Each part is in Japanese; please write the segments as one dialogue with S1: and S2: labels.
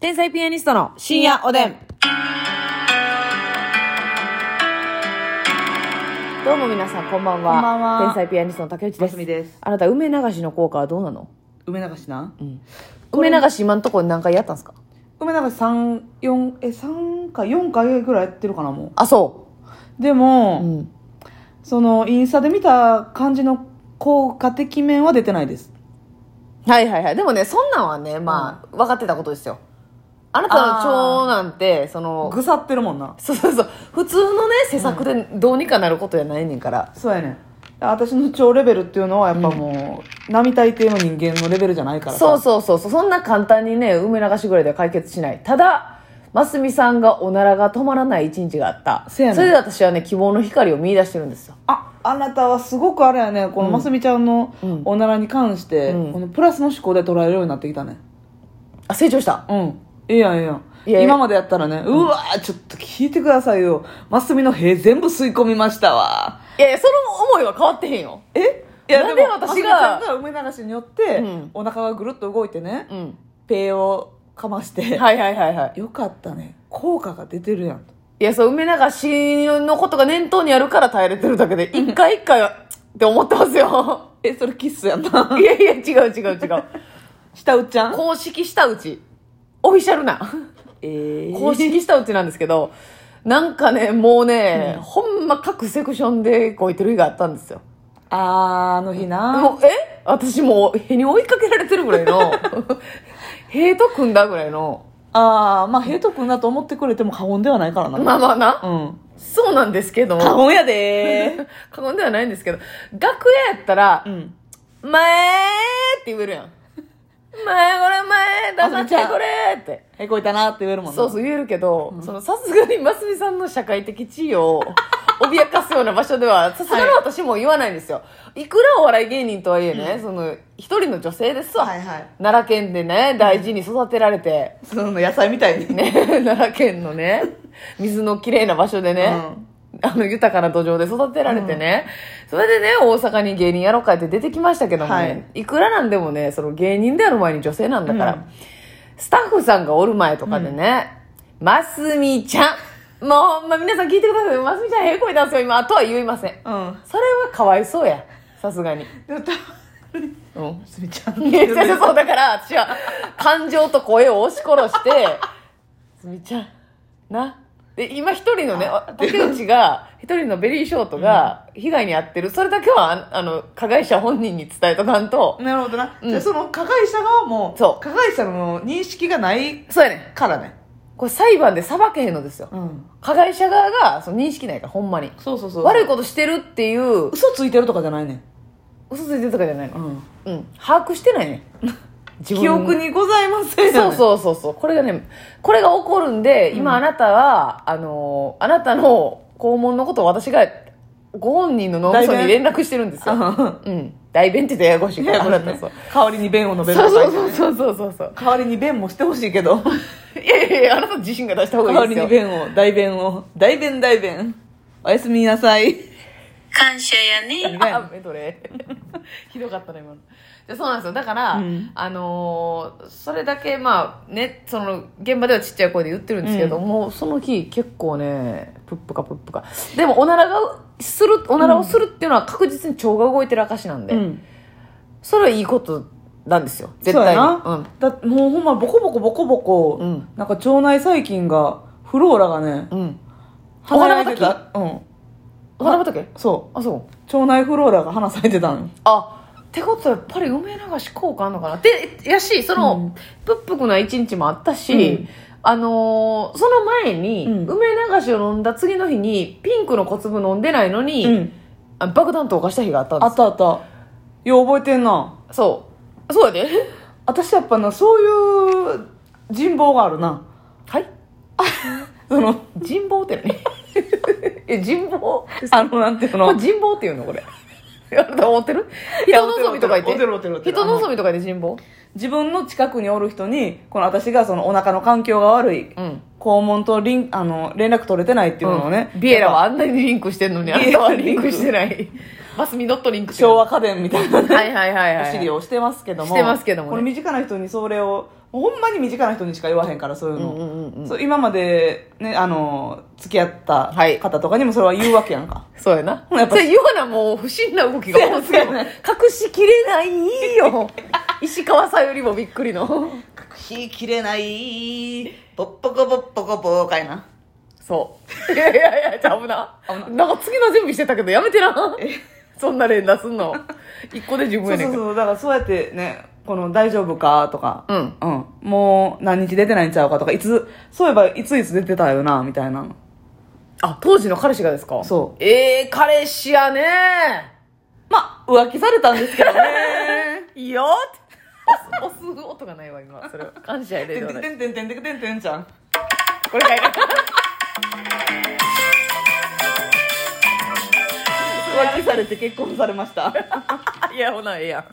S1: 天才ピアニストの深夜おでん。どうも皆さん、こんばんは。
S2: こんばんは
S1: 天才ピアニストの竹内で。
S2: ますすみです
S1: あなた、梅流しの効果はどうなの
S2: 梅流しな、
S1: 梅流し今んとこ何回やったんですか
S2: 梅流し3、4、え、3か4回ぐらいやってるかな、も。
S1: あ、そう
S2: で
S1: う。
S2: も、
S1: うん。
S2: その、インスタで見た感じの効果的面は出てないです。
S1: はいはいはい。でもね、そんなんはね、まあ、分かってたことですよ。あなたの長男って、その、
S2: ぐさってるもんな。
S1: そうそうそう。普通のね、施策でどうにかなることやないねんから。
S2: そうやねん。私の超レベルっていうのはやっぱもう、並大抵の人間のレベルじゃないから
S1: そう
S2: さ
S1: そうそうそう。そんな簡単にね、梅流しぐらいでは解決しない。ただ、ますみさんがおならが止まらない一日があった。
S2: せやねん
S1: それで私はね、希望の光を見出してるんですよ。
S2: あ、あなたはすごくあれやね、このますみちゃんの
S1: うん
S2: おならに関して、
S1: うん
S2: このプラスの思考で捉えるようになってきたね。
S1: あ、成長した。
S2: うん。いいやん、いいやん。
S1: いや
S2: 今までやったらね、うわー、ちょっと聞いてくださいよ。マスミの塀全部吸い込みましたわ。
S1: いやいや、その思いは変わってへんよ。
S2: えい
S1: なんで私が
S2: マスミちゃんが梅流しによって、
S1: うん
S2: お腹がぐるっと動いてね、
S1: うん。
S2: ペーをかまして、
S1: はいはいはいはい。
S2: よかったね。効果が出てるやん。
S1: いや、そう、梅流しのことが念頭にあるから耐えれてるだけで、一回一回は、って思ってます よ。
S2: え、それキッスやんな。
S1: いやいや、違う違う違う。
S2: 下打っちゃん
S1: 公式したうち、オフィシャルな、
S2: え ー
S1: 公式したうちなんですけど、なんかね、もうね、ほんま各セクションでこういてる日があったんですよ。
S2: あー、あの日な。
S1: もうえ私もう、へに追いかけられてるぐらい の、へと組んだぐらいの、
S2: あー、まあ、ヘイト君だと思ってくれても過言ではないからな。
S1: まあまあな、
S2: うん。
S1: そうなんですけど
S2: 過
S1: も、
S2: 言やでー。
S1: 過言ではないんですけど、楽屋やったら
S2: う、ん。
S1: 前って言えるやん。前これ前出さ
S2: あ
S1: っ
S2: それ
S1: て
S2: じゃあ
S1: これって。
S2: へこいたなって言えるもんな。
S1: そうそう言えるけど、そのさすがにますみさんの社会的地位を脅かすような場所で は、さすがに私も言わないんですよ。い、くらお笑い芸人とはいえね、その、一人の女性ですわ。
S2: はいはい
S1: 奈良県でね、大事に育てられて、
S2: その野菜みたいに。
S1: ね、 奈良県のね、水のきれいな場所でね、あの豊かな土壌で育てられてね、それでね、大阪に芸人やろうかって出てきましたけどもね、
S2: はい
S1: い、くらなんでもね、その芸人である前に女性なんだから、スタッフさんがおる前とかでね、ますみちゃん、もう、まあ、皆さん聞いてください。ますみちゃんへこいたんですよ、今。あとは言いません。
S2: うん。
S1: それはかわいそうや。さすがに。
S2: でもた
S1: うん。
S2: すみちゃん。
S1: いやそうそうだから私は感情と声を押し殺して「すみちゃんな」で今一人のね竹内が一人のベリーショートが被害に遭ってるそれだけはああの加害者本人に伝えとかんと
S2: なるほどな。
S1: うん
S2: じゃあその加害者側も、
S1: そう
S2: 加害者の認識がない
S1: そうやねん
S2: からね。
S1: これ裁判で裁けへんのですよ
S2: うん。
S1: 加害者側がその認識ないからほんまに
S2: そうそうそう。
S1: 悪いことしてるっていう
S2: 嘘ついてるとかじゃないねん。
S1: 嘘ついてるとかじゃないの
S2: うん。
S1: うん把握してない ねん自
S2: 記憶にございません
S1: そう
S2: う。
S1: そうそうそう。これがね、これが起こるんで、今あなたは、あのー、あなたの肛門のことを私が、ご本人の脳みそに
S2: 代
S1: 連
S2: 弁
S1: 絡してるんですよ。
S2: あ
S1: うん。代弁って言って ややこしいから、あなた
S2: ね
S1: そう。、
S2: 代わりに弁を述べる
S1: そう
S2: とか
S1: そ
S2: 言って
S1: うそうそうそうそう。
S2: 代わりに弁もしてほしいけど
S1: いやいやいや、あなた自身が出した方
S2: 代
S1: が
S2: わ
S1: いいで
S2: り
S1: す
S2: に
S1: よ。
S2: 弁を代弁を代弁代弁おやすみなさい
S3: 感謝やね。
S2: 弁
S1: あメドレーひどかったな今のでそうなんですよだから、
S2: うん
S1: あのーそれだけまあねその現場ではちっちゃい声で言ってるんですけど、もうその日結構ねプップかプップかでもおならがするおならをするっていうのは確実に腸が動いてる証なんで、
S2: うん
S1: それはいいことなんですよ絶
S2: そう
S1: 対
S2: や
S1: に
S2: な、
S1: うん
S2: だもうほんまボコボコボコボコ、
S1: うん
S2: なんか腸内細菌がフローラがね
S1: うんお花
S2: 離れてたうん
S1: お花畑
S2: そ
S1: あそう
S2: う腸内フローラが花咲いてたの
S1: あってことはやっぱり梅流し効果あんのかなでやしその、
S2: うん
S1: プップクな一日もあったし、
S2: うん
S1: あのーその前に、
S2: うん
S1: 梅流しを飲んだ次の日にピンクの小粒飲んでないのに、
S2: うん
S1: あ爆弾投下した日があったんで
S2: あったあったよう覚えてんな
S1: すそうそうやで
S2: 私やっぱなそういう人望があるな
S1: はい
S2: そ の
S1: 人望って何え人望
S2: あのなんていう
S1: これ
S2: の
S1: 人望っていうのこれあなた思ってる人望みとか言
S2: おて
S1: っ
S2: るおてるおて
S1: て
S2: る
S1: 人
S2: あ
S1: 望
S2: の
S1: みとか言って人望
S2: 自分の近くにおる人にこの私がそのお腹の環境が悪い、
S1: うん
S2: 肛門とリンあの連絡取れてないっていうのをね、
S1: うんビエラはあんなにリンクしてんのにあ
S2: ビ
S1: な
S2: エ
S1: た
S2: ラは
S1: はリンクしてないマスミノットリンクしてる
S2: 昭和家電みたいなね
S1: はいはいはいはい
S2: お尻をしてますけども
S1: してますけどもね
S2: これ身近な人にそれをほんまに身近な人にしか言わへんからそういう
S1: うん
S2: の、
S1: うんうんうん
S2: そう今まで、ね、あの付き合った
S1: はい
S2: 方とかにもそれは言うわけやんか
S1: そうやな。
S2: ほなやっぱ
S1: それ言わなもう不審な動きが多すぎる
S2: そうやね。
S1: 隠しきれないよ。石川さゆりもびっくりの。
S2: 「火切れないポッポコポッポコポーかいな
S1: そう。いやいやいや、じゃあ危な。
S2: 危な
S1: なんか次の準備してたけどやめてな。そんな連打すんの。一個で十」分
S2: そ
S1: や
S2: う
S1: ね
S2: そ
S1: ん
S2: う
S1: けど。
S2: そうだからそうやってねこの「大丈夫か?」とか
S1: うん、
S2: うん、もう何日出てないんちゃうかとかいつそういえばいついつ出てたよなみたいな
S1: あ、当時の彼氏がですか。
S2: そう
S1: ええ彼氏やね
S2: まあ浮気されたんですけどね
S1: いいよ押す押す音がないわ、今。それは。感謝やで。
S2: てんてんてんてんてんてんてんてんちゃん
S1: これかいな。
S2: 浮気されて結婚されました
S1: いや、ほな、ええや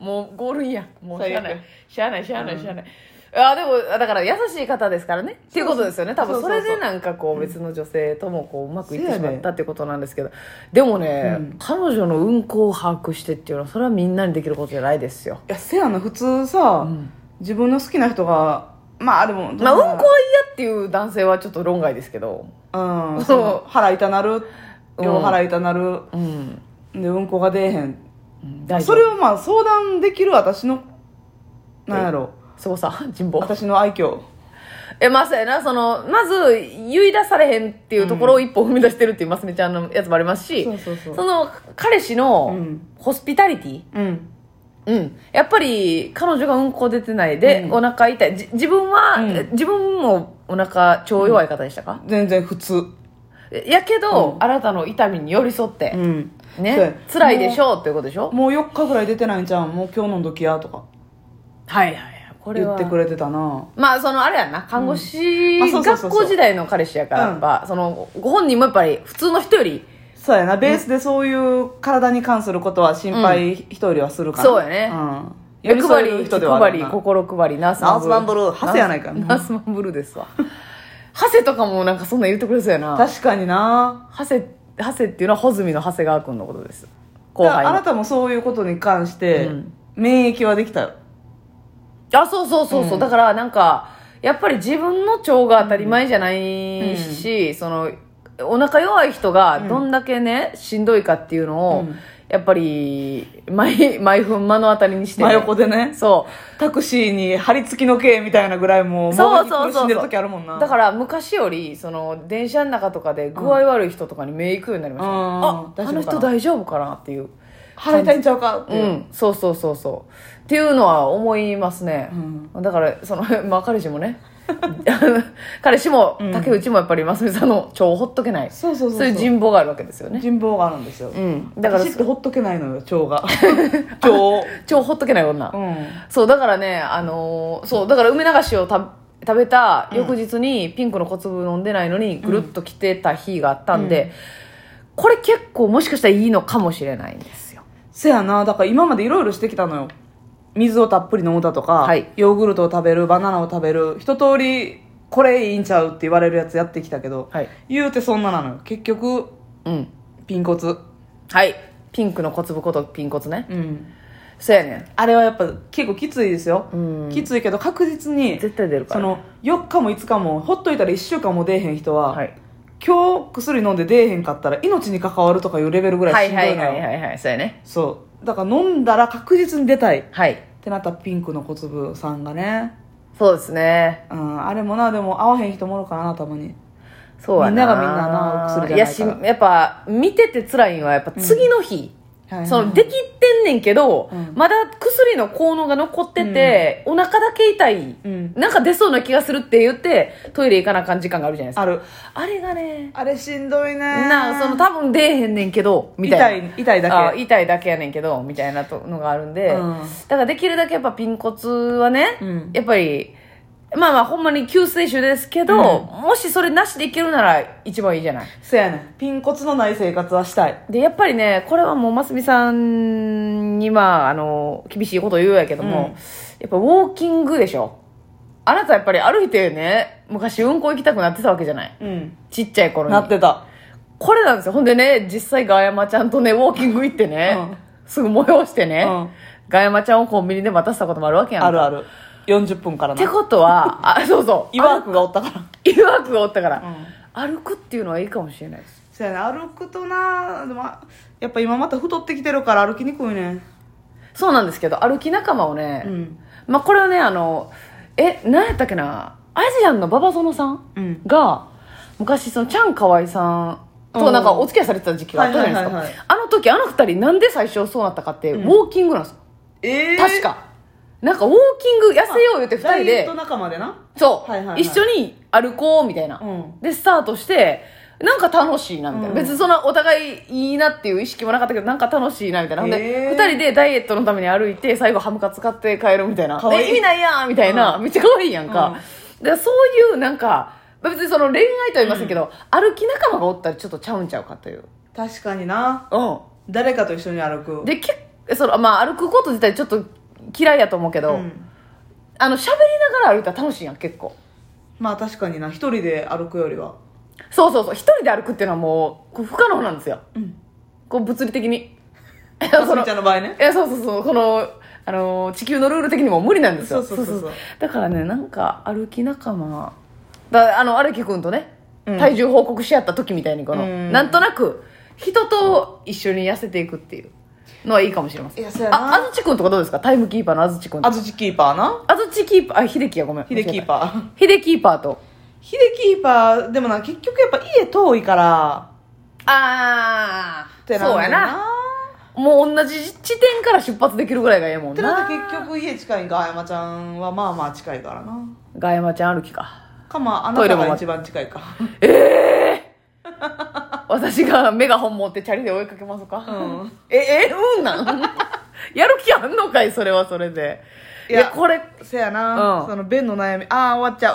S1: ん。もう、ゴールインや。もう、しゃあな
S2: 最
S1: い
S2: 悪。
S1: しゃあない、しゃあない、しゃあない。あでも、だから、優しい方ですからね。っていうことですよね。多分、
S2: そ
S1: そう
S2: そ
S1: れ
S2: うそう
S1: でなんか、こう、別の女性とも、こう、うまくいってし
S2: そう
S1: ま
S2: や
S1: っ
S2: ね
S1: たってことなんですけど。でもね
S2: うん、
S1: 彼女の運行を把握してっていうのは、それはみんなにできることじゃないですよ。
S2: いやせやな普通さ、自分の好きな人がまあでも
S1: まあ、運行は
S2: こ
S1: 嫌っていう男性はちょっと論外ですけど。
S2: うんその腹痛なる両腹痛なる、
S1: うん。
S2: でうんこが出えへん
S1: 大
S2: そ
S1: 丈
S2: れ
S1: 夫。
S2: をまあ相談できる私のなんやろ
S1: そうさ、人望。
S2: 私の愛嬌
S1: え、まさやな、その、まず、言い出されへんっていうところを一歩踏み出してるっていう、ますみちゃんのやつもありますし、
S2: そうそうそう
S1: の、彼氏
S2: う
S1: の
S2: ん、
S1: ホスピタリティ、
S2: うん
S1: うん、やっぱり、彼女がうんこ出てないで、
S2: うん
S1: お腹痛い。じ自分は、
S2: うん
S1: え自分もお腹超弱い方でしたか、
S2: 全然普通
S1: えやけど、
S2: うん
S1: あなたの痛みに寄り添って、
S2: うんそうや
S1: ね、辛いでしょうっていうことでしょ
S2: もう4日ぐらい出てないんじゃんもう今日飲んどきやとか
S1: はいはいはい。これ
S2: 言
S1: は
S2: ってくれてたな
S1: まあそのあれやんな看護師
S2: うんあそうそうそ
S1: 学
S2: うそう
S1: 校時代の彼氏やからやっぱ、そのご本人もやっぱり普通の人より
S2: そうやなベースでそういう体に関することは心配人よりはするから、
S1: そうやね
S2: うん寄
S1: 目
S2: り添
S1: 配
S2: える
S1: り、
S2: 人
S1: 気
S2: ではあ
S1: 配
S2: る
S1: り、
S2: な
S1: 心配り、ナースマンブル
S2: ナースマンブルーハセやないか
S1: ナースマンブルーですわ。ハセとかもなんかそんなん言ってくれそうやな。
S2: 確かにな
S1: ハセ、ハセっていうのは、ホズミの長谷川くんのことです。後
S2: だか
S1: 輩
S2: らあな
S1: の。
S2: たもそういうことに関して、
S1: うん
S2: 免疫はできたよ
S1: あ、そうそうそうそう。だからなんか、やっぱり自分の腸が当たり前じゃないし、その、お腹弱い人がどんだけね、しんどいかっていうのを、
S2: うん
S1: やっぱり、毎、毎分目の当たりにして、
S2: 真横でね
S1: そう。
S2: タクシーに張り付きの刑みたいなぐらいもう
S1: そう
S2: も
S1: そうそう
S2: 苦しんでる時あるもんな
S1: だから昔よりその電車の中とかで具合悪い人とかに目行くようになりました、
S2: うん
S1: あ
S2: うん
S1: あの
S2: 大丈夫か
S1: 人
S2: な
S1: 大丈夫かなっていう、
S2: 腹痛いんちゃうかって
S1: う
S2: い
S1: ん、そうそうそうそうっていうのは思いますね、だからその、まあ、彼氏も ね彼氏も竹内もやっぱりますみさんの超ほっとけない
S2: そうそうそうそう
S1: いう人望があるわけですよね、
S2: 人望があるんですよ、
S1: うん、だ
S2: だ
S1: か
S2: かららってほっとけないのよ腸 が腸を
S1: 超ほっとけない女、
S2: うん
S1: そうだからねあのーそうだから梅流しをた食べた翌日にピンクの小粒飲んでないのにぐるっと来てた日があったんで、これ結構もしかしたらいいのかもしれないんですよ
S2: せやなだから今までいろいろしてきたのよ水をたっぷり飲むだとか、
S1: はい
S2: ヨーグルトを食べるバナナを食べる一通りこれいいんちゃうって言われるやつやってきたけど、
S1: はい
S2: 言うてそんななのよ結局
S1: うん
S2: ピンコツ
S1: はいピンクの小粒ことピンコツね、
S2: うん
S1: そうやねん
S2: あれはやっぱ結構きついですよ、
S1: うん
S2: きついけど確実に
S1: 絶対出るか
S2: そ
S1: ら
S2: の4日も5日もほっといたら1週間も出えへん人は、
S1: はい
S2: 今日薬飲んで出えへんかったら命に関わるとかいうレベルぐ
S1: は
S2: らいし
S1: い
S2: んど
S1: はい
S2: のよ、
S1: いはいはいはいそうやね
S2: そうだから飲んだら確実に出たいっ
S1: はい
S2: てなったピンクの小粒さんがね
S1: そうですね
S2: うん、あれもなでも合わへん人もおるからなたまに
S1: そうやな
S2: みんながみんななお薬じゃないから
S1: やしやっぱ見てて辛いのはやっぱ次の日、
S2: はいはい
S1: そのできってんねんけど、
S2: うん
S1: まだ薬の効能が残ってて、お腹だけ痛い、
S2: うん
S1: なんか出そうな気がするって言ってトイレ行かなあかん時間があるじゃないですか
S2: ある
S1: あれがね
S2: あれしんどいね
S1: なその多分出えへんねんけどみた
S2: 痛
S1: いない
S2: 痛いだ
S1: あ
S2: け
S1: 痛いだけやねんけどみたいなとのがあるんで、
S2: うん
S1: だからできるだけやっぱピンコツはね、
S2: うん
S1: やっぱりまあまあほんまに救世主ですけど、もしそれなしでいけるなら一番いいじゃない
S2: そやねんピンコツのない生活はしたい
S1: でやっぱりねこれはもうますみさんにまああの厳しいこと言うやけども、
S2: うん
S1: やっぱウォーキングでしょあなたやっぱり歩いてね昔うんこ行きたくなってたわけじゃない
S2: うん
S1: ちっちゃい頃に
S2: なってた
S1: これなんですよほんでね実際ガヤマちゃんとねウォーキング行ってね、すぐ催してね、
S2: うん
S1: ガヤマちゃんをコンビニで待たせたこともあるわけやんか
S2: あるある40分から
S1: て
S2: な
S1: ことはあそう そう
S2: イワークがおったから
S1: あイワークがおったから、
S2: うん
S1: 歩くっていうのはいいかもしれないです
S2: そうやな歩くとなでもあやっぱ今また太ってきてるから歩きにくいね
S1: そうなんですけど歩き仲間をね、
S2: うん
S1: まあ、これはねあのえ何やったっけなアジアンの馬場園さん
S2: うん
S1: が昔そのチャンカワイさんとなんかお付き合いされてた時期があったじゃないです
S2: はいはいはいは
S1: かあの時あの二人なんで最初そうなったかって、ウォーキングなんですよ
S2: ええ
S1: 確かなんかウォーキング痩せよう言って二人
S2: ダイエッ
S1: で
S2: ト仲間でな
S1: そう、
S2: はいはいはい
S1: 一緒に歩こうみたいな、
S2: うん
S1: でスタートしてなんか楽しいなみたいな、
S2: うん
S1: 別にそんなお互いいいなっていう意識もなかったけどなんか楽しいなみたいな、ほん
S2: へ
S1: で
S2: ー
S1: 2人でダイエットのために歩いて最後ハムカツ買って帰るみたいな
S2: かわいい
S1: え意味ないやんみたいな、めっちゃ可愛いやんか、でそういうなんか別にその恋愛とは言いませんけど、歩き仲間がおったらちょっとちゃうんちゃうかという
S2: 確かにな
S1: うん
S2: 誰かと一緒に歩く
S1: でけその、まあ、歩くこと自体ちょっと嫌いやと思うけ
S2: う
S1: ど、
S2: ん
S1: あの喋りながら歩いたら楽しいやん結構
S2: まあ確かにな一人で歩くよりは
S1: そうそうそう一人で歩くっていうのはもうこう不可能なんですよ、こう物理的 に
S2: あす
S1: そ
S2: み
S1: の
S2: ちゃんの場合ね
S1: いやそうそうそうこの、あのー地球のルール的にも無理なんですよ
S2: そうそうそうそう
S1: だからねなんか歩き仲間だあの荒木君とね、
S2: うん
S1: 体重報告し合った時みたいにこの、
S2: うん
S1: なんとなく人と一緒に痩せていくっていうのはいいかもしれません
S2: いやそうやな
S1: あ安土君とかどうですかタイムキーパーの安土君とか
S2: 安土キーパーな
S1: 安土キーパーあ秀樹やごめん
S2: 秀キー
S1: ー
S2: パー
S1: 秀キーパーと
S2: 秀キーパーでもな結局やっぱ家遠いから
S1: ああ
S2: って
S1: そうや
S2: んだよ
S1: なもう同じ地点から出発できるぐらいがええも
S2: っ
S1: ん
S2: てな
S1: な
S2: ったら結局家近いんかあやまちゃんはまあまあ近いからな
S1: ガヤマちゃん歩きか
S2: かまああ
S1: トイレ
S2: なた
S1: も
S2: が一番 近いか
S1: 私がメガホン持ってチャリで追いかけますか、
S2: ん
S1: ええうんなん やる気あんのかいそれはそれでい
S2: い
S1: や
S2: や
S1: これ
S2: せやな、
S1: うん
S2: その便の悩みああ終わっちゃう